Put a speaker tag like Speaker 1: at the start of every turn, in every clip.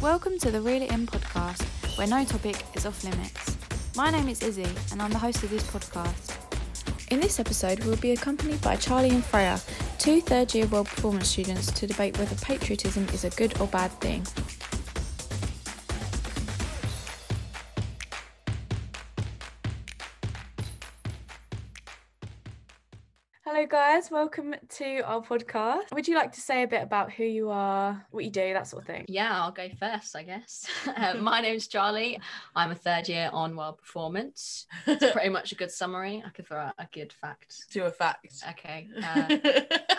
Speaker 1: Welcome to the Reel It In podcast, where no topic is off limits. My name is Izzy, and I'm the host of this podcast. In this episode, we'll be accompanied by Charlie and Freya, two third year world performance students, to debate whether patriotism is a good or bad thing. Hello, guys. Welcome to our podcast. Would you like to say a bit about who you are, what you do, that sort of thing?
Speaker 2: Yeah, I'll go first, I guess. Uh, my name's Charlie. I'm a third year on World Performance. It's pretty much a good summary. I could throw out a good fact.
Speaker 3: to a fact.
Speaker 2: Okay. Uh,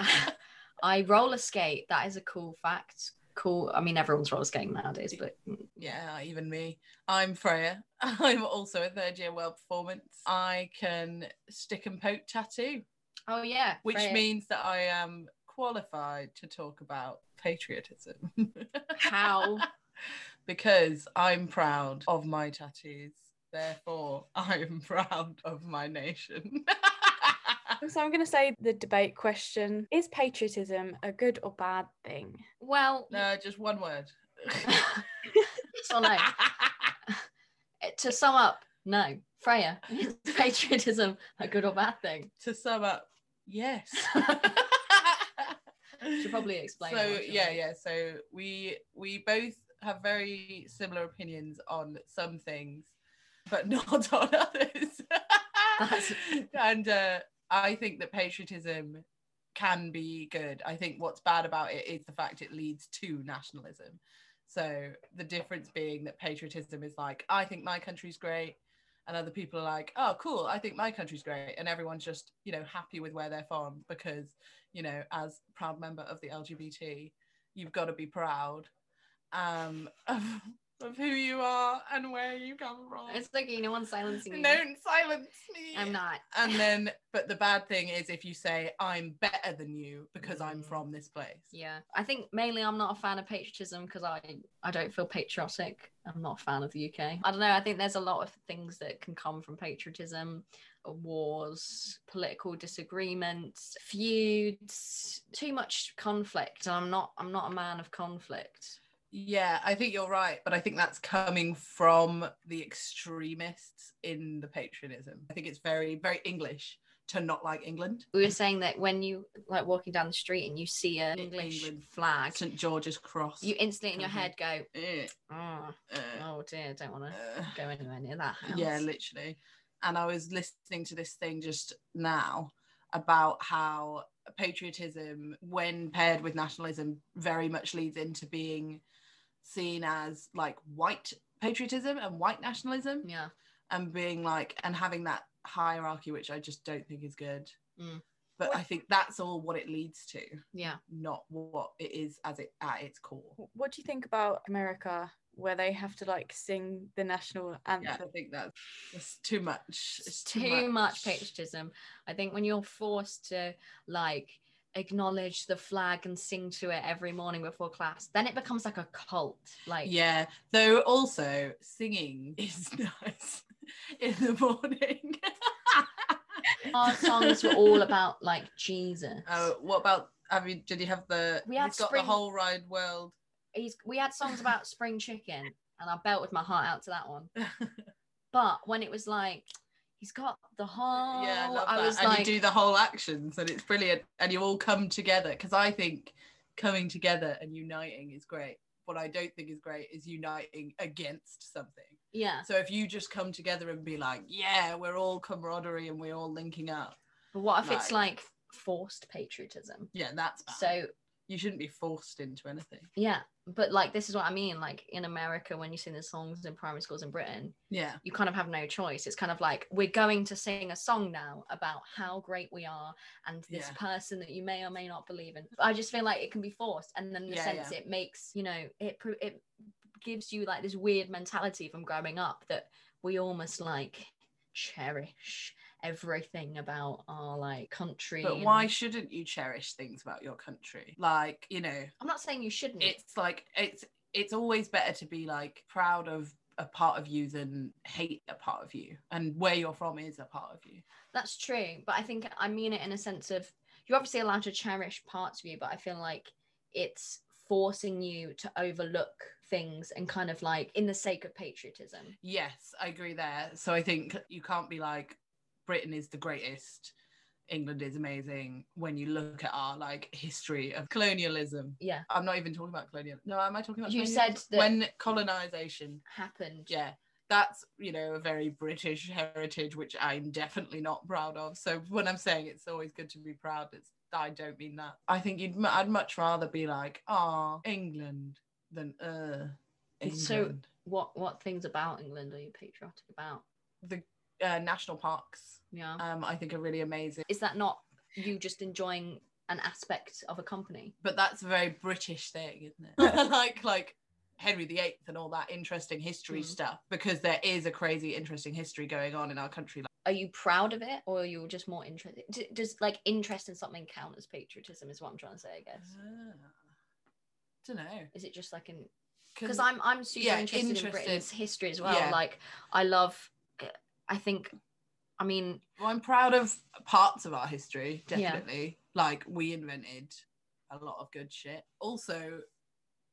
Speaker 2: I roller skate. That is a cool fact. Cool. I mean, everyone's roller skating nowadays, but
Speaker 3: yeah, even me. I'm Freya. I'm also a third year world performance. I can stick and poke tattoo,
Speaker 2: oh yeah,
Speaker 3: which
Speaker 2: Freya.
Speaker 3: means that I am qualified to talk about patriotism
Speaker 2: how
Speaker 3: because I'm proud of my tattoos. Therefore, I'm proud of my nation.
Speaker 1: So I'm going to say the debate question is patriotism a good or bad thing?
Speaker 2: well.
Speaker 3: no, just one word.
Speaker 2: so no. Eh, To sum up, no. Freya, is patriotism a good or bad thing?
Speaker 3: to sum up, yes.
Speaker 2: Should probably explain
Speaker 3: So
Speaker 2: why, shouldn't
Speaker 3: yeah,
Speaker 2: we?
Speaker 3: yeah. So we we both have very similar opinions on some things, but not on others.
Speaker 2: That's-
Speaker 3: and uh, I think that patriotism can be good. I think what's bad about it is the fact it leads to nationalism. So the difference being that patriotism is like, I think my country's great. And other people are like, oh, cool, I think my country's great. And everyone's just, you know, happy with where they're from because, you know, as a proud member of the LGBT, you've got to be proud um, of, of who you are and where you come from.
Speaker 2: It's okay, no one's silencing you.
Speaker 3: Don't silence me.
Speaker 2: I'm not.
Speaker 3: And then, but the bad thing is if you say, I'm better than you because I'm
Speaker 2: Mm.
Speaker 3: from this place.
Speaker 2: Yeah, I think mainly I'm not a fan of patriotism because I I don't feel patriotic. I'm not a fan of the UK. I don't know. I think there's a lot of things that can come from patriotism: Uh, wars, political disagreements, feuds, too much conflict. And I'm not I'm not a man of conflict.
Speaker 3: Yeah, I think you're right, but I think that's coming from the extremists in the patriotism. I think it's very, very English to not like England.
Speaker 2: We were saying that when you like walking down the street and you see an English
Speaker 3: England.
Speaker 2: flag,
Speaker 3: St George's Cross.
Speaker 2: you instantly in your
Speaker 3: Mhm.
Speaker 2: head go,
Speaker 3: Eh,
Speaker 2: oh,
Speaker 3: eh,
Speaker 2: oh dear, don't want to
Speaker 3: eh.
Speaker 2: go anywhere near that house.
Speaker 3: Yeah, literally. And I was listening to this thing just now about how patriotism, when paired with nationalism, very much leads into being seen as like white patriotism and white nationalism.
Speaker 2: yeah.
Speaker 3: and being like and having that hierarchy which i just don't think is good
Speaker 2: Mm.
Speaker 3: but i think that's all what it leads to
Speaker 2: Yeah.
Speaker 3: not what it is as it at its core
Speaker 1: What do you think about America where they have to like sing the national
Speaker 3: yeah
Speaker 1: anthem?
Speaker 3: i think that's it's too much
Speaker 2: It's too much patriotism. I think when you're forced to like acknowledge the flag and sing to it every morning before class, then it becomes like a cult. Like
Speaker 3: yeah though also singing is nice in the morning
Speaker 2: our songs were all about like Jesus.
Speaker 3: oh what about have you did you have the
Speaker 2: We had
Speaker 3: he's got
Speaker 2: spring-
Speaker 3: the whole ride world
Speaker 2: He's, we had songs about spring chicken, and I belted my heart out to that one. But when it was like, he's got the whole,
Speaker 3: yeah, I love
Speaker 2: Oh, I
Speaker 3: that.
Speaker 2: was
Speaker 3: and
Speaker 2: like,
Speaker 3: you do the whole actions, and it's brilliant. And you all come together because I think coming together and uniting is great. What I don't think is great is uniting against something.
Speaker 2: yeah.
Speaker 3: So if you just come together and be like, yeah, we're all camaraderie and we're all linking up,
Speaker 2: But what if it's like forced patriotism?
Speaker 3: yeah, that's bad.
Speaker 2: So
Speaker 3: you shouldn't be forced into anything.
Speaker 2: Yeah, but like this is what I mean. Like in America, when you sing the songs in primary schools in Britain,
Speaker 3: Yeah,
Speaker 2: you kind of have no choice. It's kind of like we're going to sing a song now about how great we are and this
Speaker 3: Yeah.
Speaker 2: person that you may or may not believe in. I just feel like it can be forced, and then in the
Speaker 3: Yeah,
Speaker 2: sense it makes you know it pro- it gives you like this weird mentality from growing up that we almost like cherish everything about our like country.
Speaker 3: but
Speaker 2: and-
Speaker 3: why shouldn't you cherish things about your country? Like you know,
Speaker 2: I'm not saying you shouldn't.
Speaker 3: it's like it's it's always better to be like proud of a part of you than hate a part of you and where you're from is a part of you
Speaker 2: That's true, but I think I mean it in a sense of you're obviously allowed to cherish parts of you, but I feel like it's forcing you to overlook things and kind of like in the sake of patriotism.
Speaker 3: Yes, I agree there. So I think you can't be like Britain is the greatest, England is amazing when you look at our like history of colonialism.
Speaker 2: Yeah,
Speaker 3: I'm not even talking about colonial. No, am I talking about
Speaker 2: You
Speaker 3: colonialism?
Speaker 2: said that-
Speaker 3: when colonization?
Speaker 2: happened.
Speaker 3: Yeah. That's, you know, a very British heritage, which I'm definitely not proud of. So when I'm saying it's always good to be proud, it's I don't mean that. I think you'd, mu- I'd much rather be like, ah, England than uh, England.
Speaker 2: It's so- What what things about England are you patriotic about?
Speaker 3: the uh, national parks,
Speaker 2: Yeah.
Speaker 3: um, I think are really amazing.
Speaker 2: Is that not you just enjoying an aspect of a company?
Speaker 3: But that's a very British thing, isn't it? like, like Henry VIII and all that interesting history
Speaker 2: Mm.
Speaker 3: stuff, because there is a crazy interesting history going on in our country.
Speaker 2: Are you proud of it or are you just more interested? d- Does like interest in something count as patriotism is what I'm trying to say, I guess.
Speaker 3: Uh, don't know.
Speaker 2: Is it just like an because I'm I'm super
Speaker 3: yeah,
Speaker 2: interested, in
Speaker 3: interested.
Speaker 2: Britain's history as well.
Speaker 3: Yeah.
Speaker 2: Like I love, I think, I mean,
Speaker 3: Well, I'm proud of parts of our history,
Speaker 2: Yeah.
Speaker 3: definitely. Like we invented a lot of good shit. Also,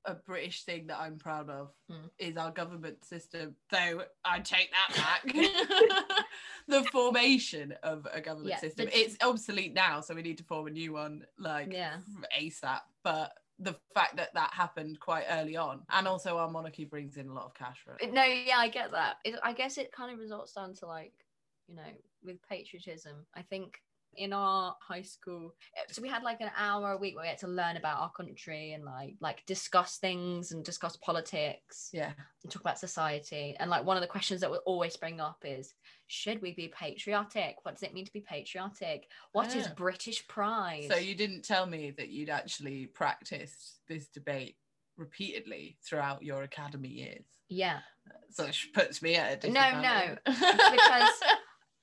Speaker 3: a British thing that I'm proud of
Speaker 2: Hmm.
Speaker 3: is our government system. Though I take that back. the formation of a government
Speaker 2: Yeah,
Speaker 3: system.
Speaker 2: the-
Speaker 3: It's obsolete now, so we need to form a new one like
Speaker 2: Yeah.
Speaker 3: ASAP. But the fact that that happened quite early on, and also our monarchy brings in a lot of cash for it.
Speaker 2: no, yeah, I get that. It, I guess it kind of results down to like, you know, with patriotism. I think in our high school, eh, so we had like an hour a week where we had to learn about our country and like like discuss things and discuss politics
Speaker 3: Yeah.
Speaker 2: and talk about society. And like one of the questions that we always bring up is, should we be patriotic? What does it mean to be patriotic? What is
Speaker 3: Yeah.
Speaker 2: British pride?
Speaker 3: So you didn't tell me that you'd actually practiced this debate repeatedly throughout your academy years.
Speaker 2: yeah.
Speaker 3: So it puts me at a
Speaker 2: No,
Speaker 3: disadvantage.
Speaker 2: because-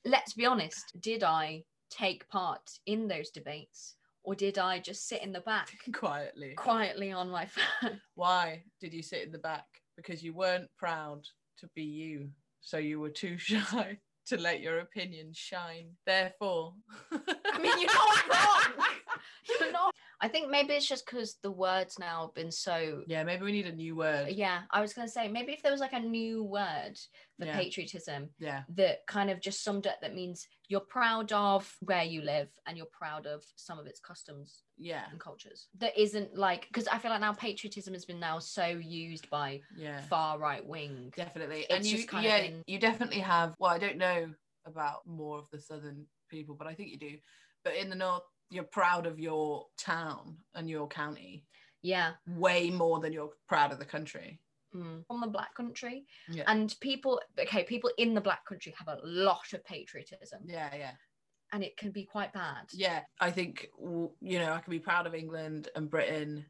Speaker 2: let's be honest, did I take part in those debates or did I just sit in the back
Speaker 3: quietly.
Speaker 2: quietly on my phone?
Speaker 3: Why did you sit in the back? Because you weren't proud to be you. So you were too shy to let your opinion shine. Therefore,
Speaker 2: I mean, you're not wrong. You're not. I think maybe it's just because the words now have been so.
Speaker 3: Yeah, maybe we need a new word.
Speaker 2: Yeah, I was going to say maybe if there was like a new word for
Speaker 3: Yeah.
Speaker 2: patriotism
Speaker 3: Yeah.
Speaker 2: that kind of just summed up that means you're proud of where you live and you're proud of some of its customs
Speaker 3: Yeah.
Speaker 2: and cultures that isn't like because I feel like now patriotism has been now so used by
Speaker 3: Yeah.
Speaker 2: far right wing.
Speaker 3: definitely
Speaker 2: It's
Speaker 3: and you
Speaker 2: just kind of
Speaker 3: yeah
Speaker 2: been-
Speaker 3: you definitely have well i don't know about more of the southern people but i think you do but in the north you're proud of your town and your county
Speaker 2: Yeah.
Speaker 3: way more than you're proud of the country
Speaker 2: Mm. On the black country.
Speaker 3: Yeah.
Speaker 2: And people, okay, people in the black country have a lot of patriotism
Speaker 3: yeah yeah
Speaker 2: and it can be quite bad.
Speaker 3: yeah i think w- you know i can be proud of england and britain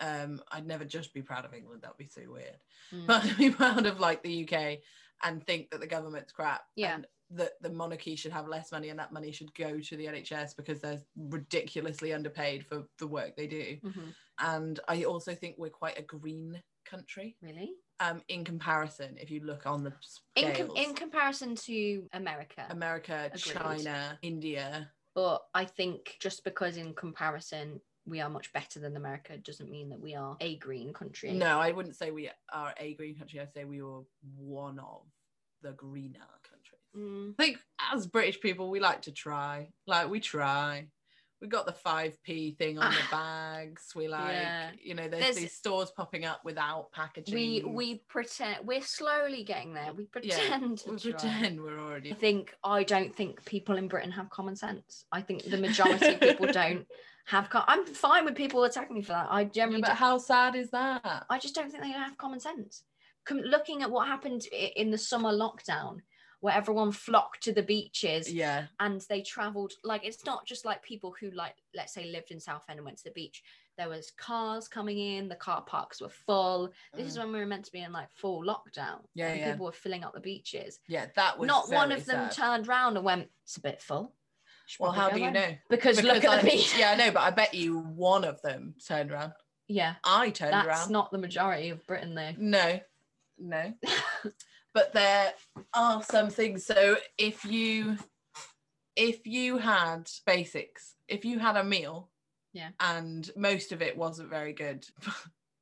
Speaker 3: um i'd never just be proud of england that would be so weird
Speaker 2: Mm.
Speaker 3: but i'd be proud of like the uk and think that the government's crap
Speaker 2: Yeah.
Speaker 3: and that the monarchy should have less money and that money should go to the nhs because they're ridiculously underpaid for the work they do
Speaker 2: Mhm.
Speaker 3: and i also think we're quite a green country
Speaker 2: Really?
Speaker 3: um in comparison if you look on the
Speaker 2: In,
Speaker 3: scales.
Speaker 2: com- in comparison to America.
Speaker 3: america
Speaker 2: Agreed.
Speaker 3: china india
Speaker 2: but I think just because in comparison we are much better than America doesn't mean that we are a green country.
Speaker 3: No, I wouldn't say we are a green country. I'd say we were one of the greener countries.
Speaker 2: Mm.
Speaker 3: I think as British people, we like to try. Like we try. We got the five p thing on the bags. We like,
Speaker 2: Ah. Yeah.
Speaker 3: you know, there's,
Speaker 2: There's-
Speaker 3: these stores popping up without packaging.
Speaker 2: We we pretend we're slowly getting there. We
Speaker 3: Yeah,
Speaker 2: pretend.
Speaker 3: we
Speaker 2: to try.
Speaker 3: pretend we're
Speaker 2: I
Speaker 3: already.
Speaker 2: think I don't think people in Britain have common sense. I think the majority of people don't have. Com- I'm fine with people attacking me for that. I generally,
Speaker 3: But
Speaker 2: don't-
Speaker 3: how sad is that?
Speaker 2: I just don't think they have common sense. Com- looking at what happened i- in the summer lockdown, where everyone flocked to the beaches
Speaker 3: Yeah,
Speaker 2: and they travelled. Like it's not just like people who like, let's say, lived in Southend and went to the beach. There was cars coming in. The car parks were full. This is
Speaker 3: Mm.
Speaker 2: when we were meant to be in like full lockdown.
Speaker 3: Yeah,
Speaker 2: and
Speaker 3: yeah.
Speaker 2: people were filling up the beaches
Speaker 3: yeah. That was
Speaker 2: not one
Speaker 3: very
Speaker 2: of them
Speaker 3: sad.
Speaker 2: turned round and went, "It's a bit full." Should
Speaker 3: well,
Speaker 2: probably
Speaker 3: how
Speaker 2: go
Speaker 3: do you
Speaker 2: home."
Speaker 3: know?
Speaker 2: Because, look at
Speaker 3: I-
Speaker 2: the beach.
Speaker 3: Yeah, I know, but I bet you one of them turned around.
Speaker 2: Yeah,
Speaker 3: I turned
Speaker 2: that's
Speaker 3: around.
Speaker 2: not the majority of Britain, though.
Speaker 3: No, no. but there are some things. So if you if you had basics, if you had a meal,
Speaker 2: Yeah.
Speaker 3: and most of it wasn't very good,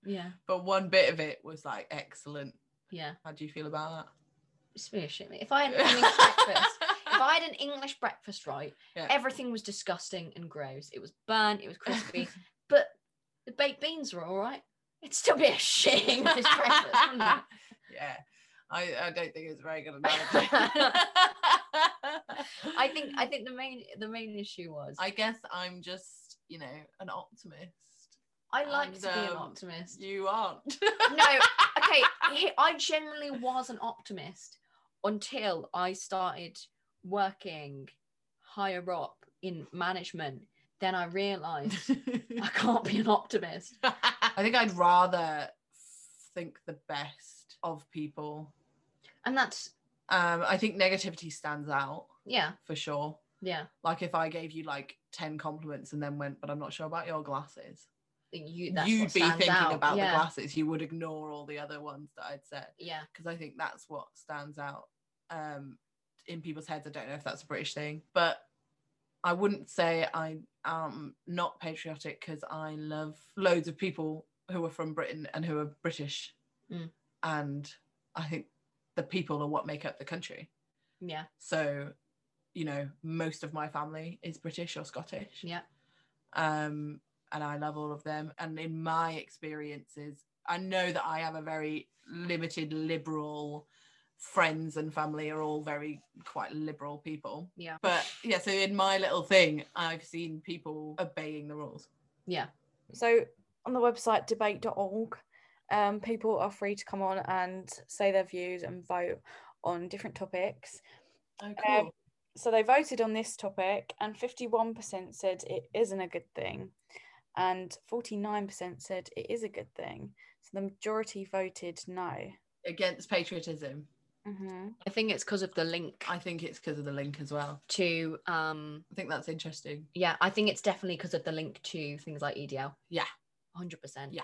Speaker 2: Yeah.
Speaker 3: But one bit of it was like excellent.
Speaker 2: Yeah.
Speaker 3: How do you feel about
Speaker 2: Seriously. If I had an English breakfast,
Speaker 3: that?
Speaker 2: if I had an English breakfast right,
Speaker 3: Yeah.
Speaker 2: everything was disgusting and gross. It was burnt, it was crispy, but the baked beans were all right. It'd still be a shit English breakfast, wouldn't it?
Speaker 3: yeah. I, I don't think it's very good analogy. I
Speaker 2: I think I think the main the main issue was I,
Speaker 3: I guess I'm just, you know, an optimist.
Speaker 2: like
Speaker 3: and,
Speaker 2: to be an
Speaker 3: um,
Speaker 2: optimist.
Speaker 3: You aren't.
Speaker 2: no, okay. he- I generally was an optimist until I started working higher up in management. Then I realized I can't be an optimist.
Speaker 3: I think I'd rather think the best of people.
Speaker 2: And that's,
Speaker 3: Um, I think negativity stands out
Speaker 2: yeah,
Speaker 3: for sure.
Speaker 2: yeah.
Speaker 3: Like if I gave you like 10 compliments and then went, but I'm not sure about your glasses.
Speaker 2: You, that's
Speaker 3: You'd
Speaker 2: what
Speaker 3: be
Speaker 2: stands
Speaker 3: thinking
Speaker 2: out.
Speaker 3: about
Speaker 2: yeah.
Speaker 3: the glasses. You would ignore all the other ones that I'd said.
Speaker 2: Yeah.
Speaker 3: because I think that's what stands out um, in people's heads. I don't know if that's a British thing, but I wouldn't say I am not patriotic because I love loads of people who are from Britain and who are British,
Speaker 2: Mm.
Speaker 3: and I think the people are what make up the country.
Speaker 2: Yeah.
Speaker 3: So, you know, most of my family is British or Scottish
Speaker 2: Yeah.
Speaker 3: um, and I love all of them. And in my experiences, I know that I have a very limited liberal friends and family are all very quite liberal people.
Speaker 2: Yeah.
Speaker 3: But yeah, so in my little thing, I've seen people obeying the rules.
Speaker 2: Yeah.
Speaker 1: So on the website debate.org, um, people are free to come on and say their views and vote on different topics.
Speaker 3: Oh,
Speaker 1: cool. So they voted on this topic, and 51% said it isn't a good thing, and 49% said it is a good thing. So the majority voted no.
Speaker 3: Against patriotism.
Speaker 1: Mm-hmm.
Speaker 2: I think it's because of the link
Speaker 3: I think it's because of the link as well.
Speaker 2: to, um,
Speaker 3: I think that's interesting.
Speaker 2: yeah, I think it's definitely because of the link to things like E EDL.
Speaker 3: Yeah.
Speaker 2: 100%.
Speaker 3: Yeah.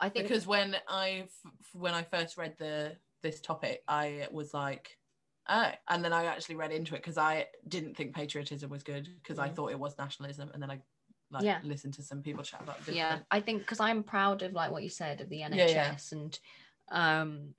Speaker 2: I think
Speaker 3: because when I f- when I first read the this topic, I was like, oh, and then I actually read into it because I didn't think patriotism was good because I
Speaker 2: Mhm.
Speaker 3: thought it was nationalism, and then I like
Speaker 2: Yeah.
Speaker 3: listened to some people chat about different.
Speaker 2: yeah i think because i'm proud of like what you said of the nhs
Speaker 3: yeah.
Speaker 2: and um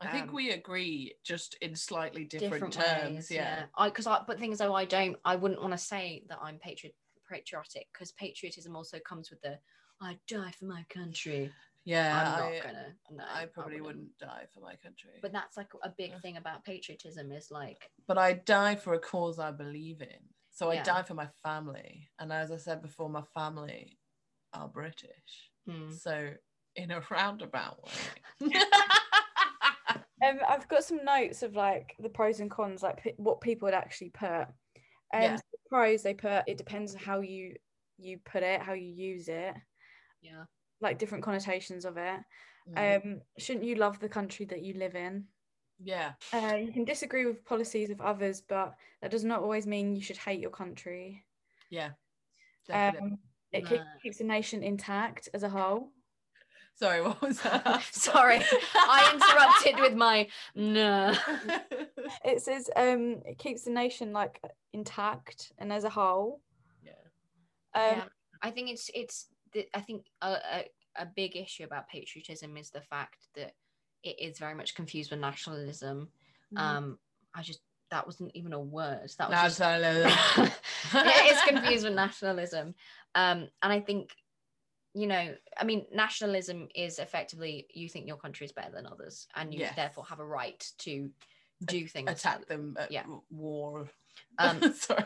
Speaker 3: I think
Speaker 2: Um,
Speaker 3: we agree just in slightly different, terms.
Speaker 2: ways,
Speaker 3: yeah.
Speaker 2: i because i but things though i don't i wouldn't want to say that i'm patriot patriotic because patriotism also comes with the i die for my country
Speaker 3: yeah,
Speaker 2: i'm
Speaker 3: I,
Speaker 2: not gonna no,
Speaker 3: I probably wouldn't. die for my country, but,
Speaker 2: but that's like a big
Speaker 3: Yeah.
Speaker 2: thing about patriotism is like
Speaker 3: I die for a cause I believe in. So I
Speaker 2: Yeah.
Speaker 3: die for my family, and as I said before, my family are British.
Speaker 2: hmm.
Speaker 3: Mm-hmm. So, in a roundabout way,
Speaker 1: Um, I've got some notes of like the pros and cons, like p- what people would actually put. Um,
Speaker 3: Yeah.
Speaker 1: so the pros they put it depends on how you you put it, how you use it,
Speaker 2: yeah
Speaker 1: like different connotations of it.
Speaker 3: Mm,
Speaker 1: Um, shouldn't you love the country that you live in?
Speaker 2: um,
Speaker 3: yeah,
Speaker 1: Uh, you can disagree with policies of others, but that does not always mean you should hate your country.
Speaker 3: yeah, definitely.
Speaker 1: Um, it keep-
Speaker 2: Nah.
Speaker 1: keeps the nation intact as a whole.
Speaker 3: Sorry, what was that?
Speaker 2: sorry i interrupted with my no
Speaker 3: interrupted.
Speaker 1: It says um, it keeps the nation like intact and as a whole.
Speaker 3: yeah,
Speaker 1: Um,
Speaker 2: yeah. I think it's it's the, I think a, a, a big issue about patriotism is the fact that it is very much confused with nationalism.
Speaker 3: Mm-hmm.
Speaker 2: Um, I just that wasn't even a word. That was just
Speaker 3: Absolutely.
Speaker 2: yeah, it's confused with nationalism. Um, and I think you know, I mean, nationalism is effectively you think your country is better than others, and you
Speaker 3: Yes.
Speaker 2: therefore have a right to do things
Speaker 3: Attack them at
Speaker 2: Yeah.
Speaker 3: w- war.
Speaker 2: um,
Speaker 3: Sorry,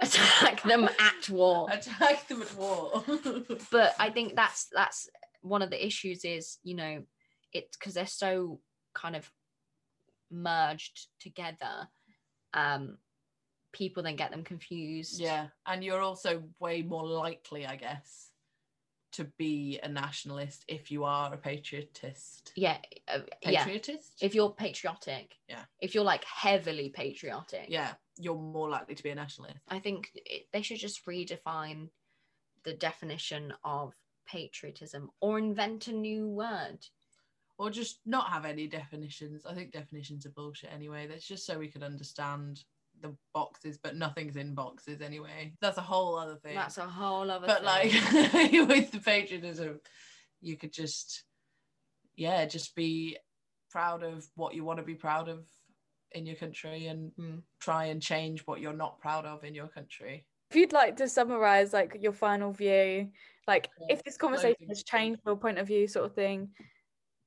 Speaker 2: attack them at war.
Speaker 3: attack them at war.
Speaker 2: but I think that's that's one of the issues is you know it's because they're so kind of merged together um people then get them confused
Speaker 3: yeah, and you're also way more likely, I guess, to be a nationalist if you are a patriotist.
Speaker 2: yeah uh, yeah
Speaker 3: Patriotist.
Speaker 2: if you're patriotic
Speaker 3: Yeah.
Speaker 2: if you're like heavily patriotic
Speaker 3: yeah, you're more likely to be a nationalist.
Speaker 2: i think it, they should just redefine the definition of patriotism or invent a new word
Speaker 3: or just not have any definitions. I think definitions are bullshit anyway. That's just so we can understand the boxes, but nothing's in boxes anyway. That's a whole other thing.
Speaker 2: that's a whole other
Speaker 3: but
Speaker 2: thing.
Speaker 3: like with the patriotism, you could just yeah just be proud of what you want to be proud of in your country and
Speaker 2: Mm.
Speaker 3: try and change what you're not proud of in your country
Speaker 1: If you'd like to summarize like your final view, like
Speaker 3: Yeah,
Speaker 1: if this conversation
Speaker 3: closing
Speaker 1: has
Speaker 3: statement.
Speaker 1: changed your point of view, sort of thing,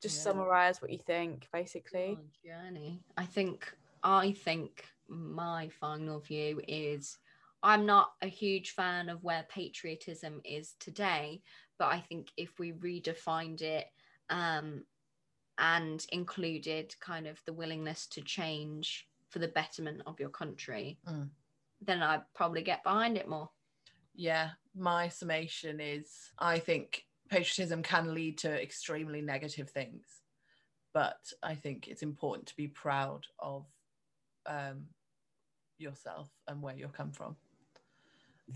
Speaker 1: just
Speaker 3: Yeah.
Speaker 1: summarize what you think, basically.
Speaker 2: On a journey. I think I think my final view is I'm not a huge fan of where patriotism is today, but I think if we redefined it um, and included kind of the willingness to change for the betterment of your country,
Speaker 3: Mm.
Speaker 2: then I'd probably get behind it more.
Speaker 3: yeah my summation is i think patriotism can lead to extremely negative things but i think it's important to be proud of um, yourself and where you come from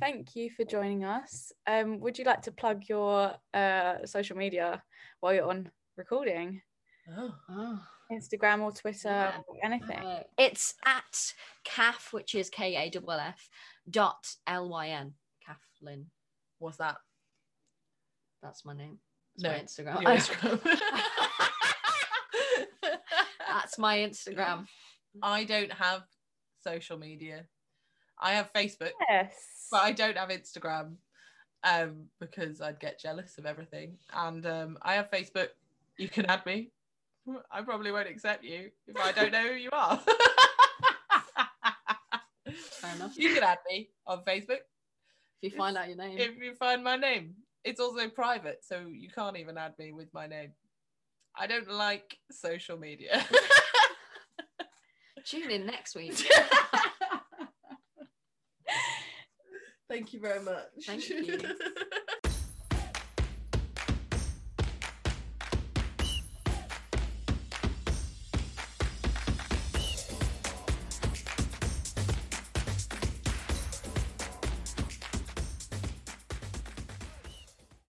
Speaker 1: Thank you for joining us. Um, would you like to plug your uh, social media while you're on recording?
Speaker 3: oh
Speaker 2: Oh.
Speaker 1: Instagram or Twitter
Speaker 2: Yeah.
Speaker 1: or anything?
Speaker 2: Uh, it's at CAF, which is K A F F dot L Y N. Kathleen.
Speaker 3: what's that
Speaker 2: That's my name. That's
Speaker 3: No,
Speaker 2: my Instagram.
Speaker 3: your Instagram.
Speaker 2: That's my Instagram.
Speaker 3: I don't have social media. I have Facebook,
Speaker 1: yes.
Speaker 3: but I don't have Instagram um, because I'd get jealous of everything. And um, I have Facebook. You can add me. I probably won't accept you if I don't know who you are.
Speaker 2: Fair enough.
Speaker 3: You can add me on Facebook
Speaker 2: If you find out your name,
Speaker 3: if you find my name. It's also private, so you can't even add me with my name. I don't like social media.
Speaker 2: tune in next week.
Speaker 3: Thank you very much.
Speaker 2: Thank you.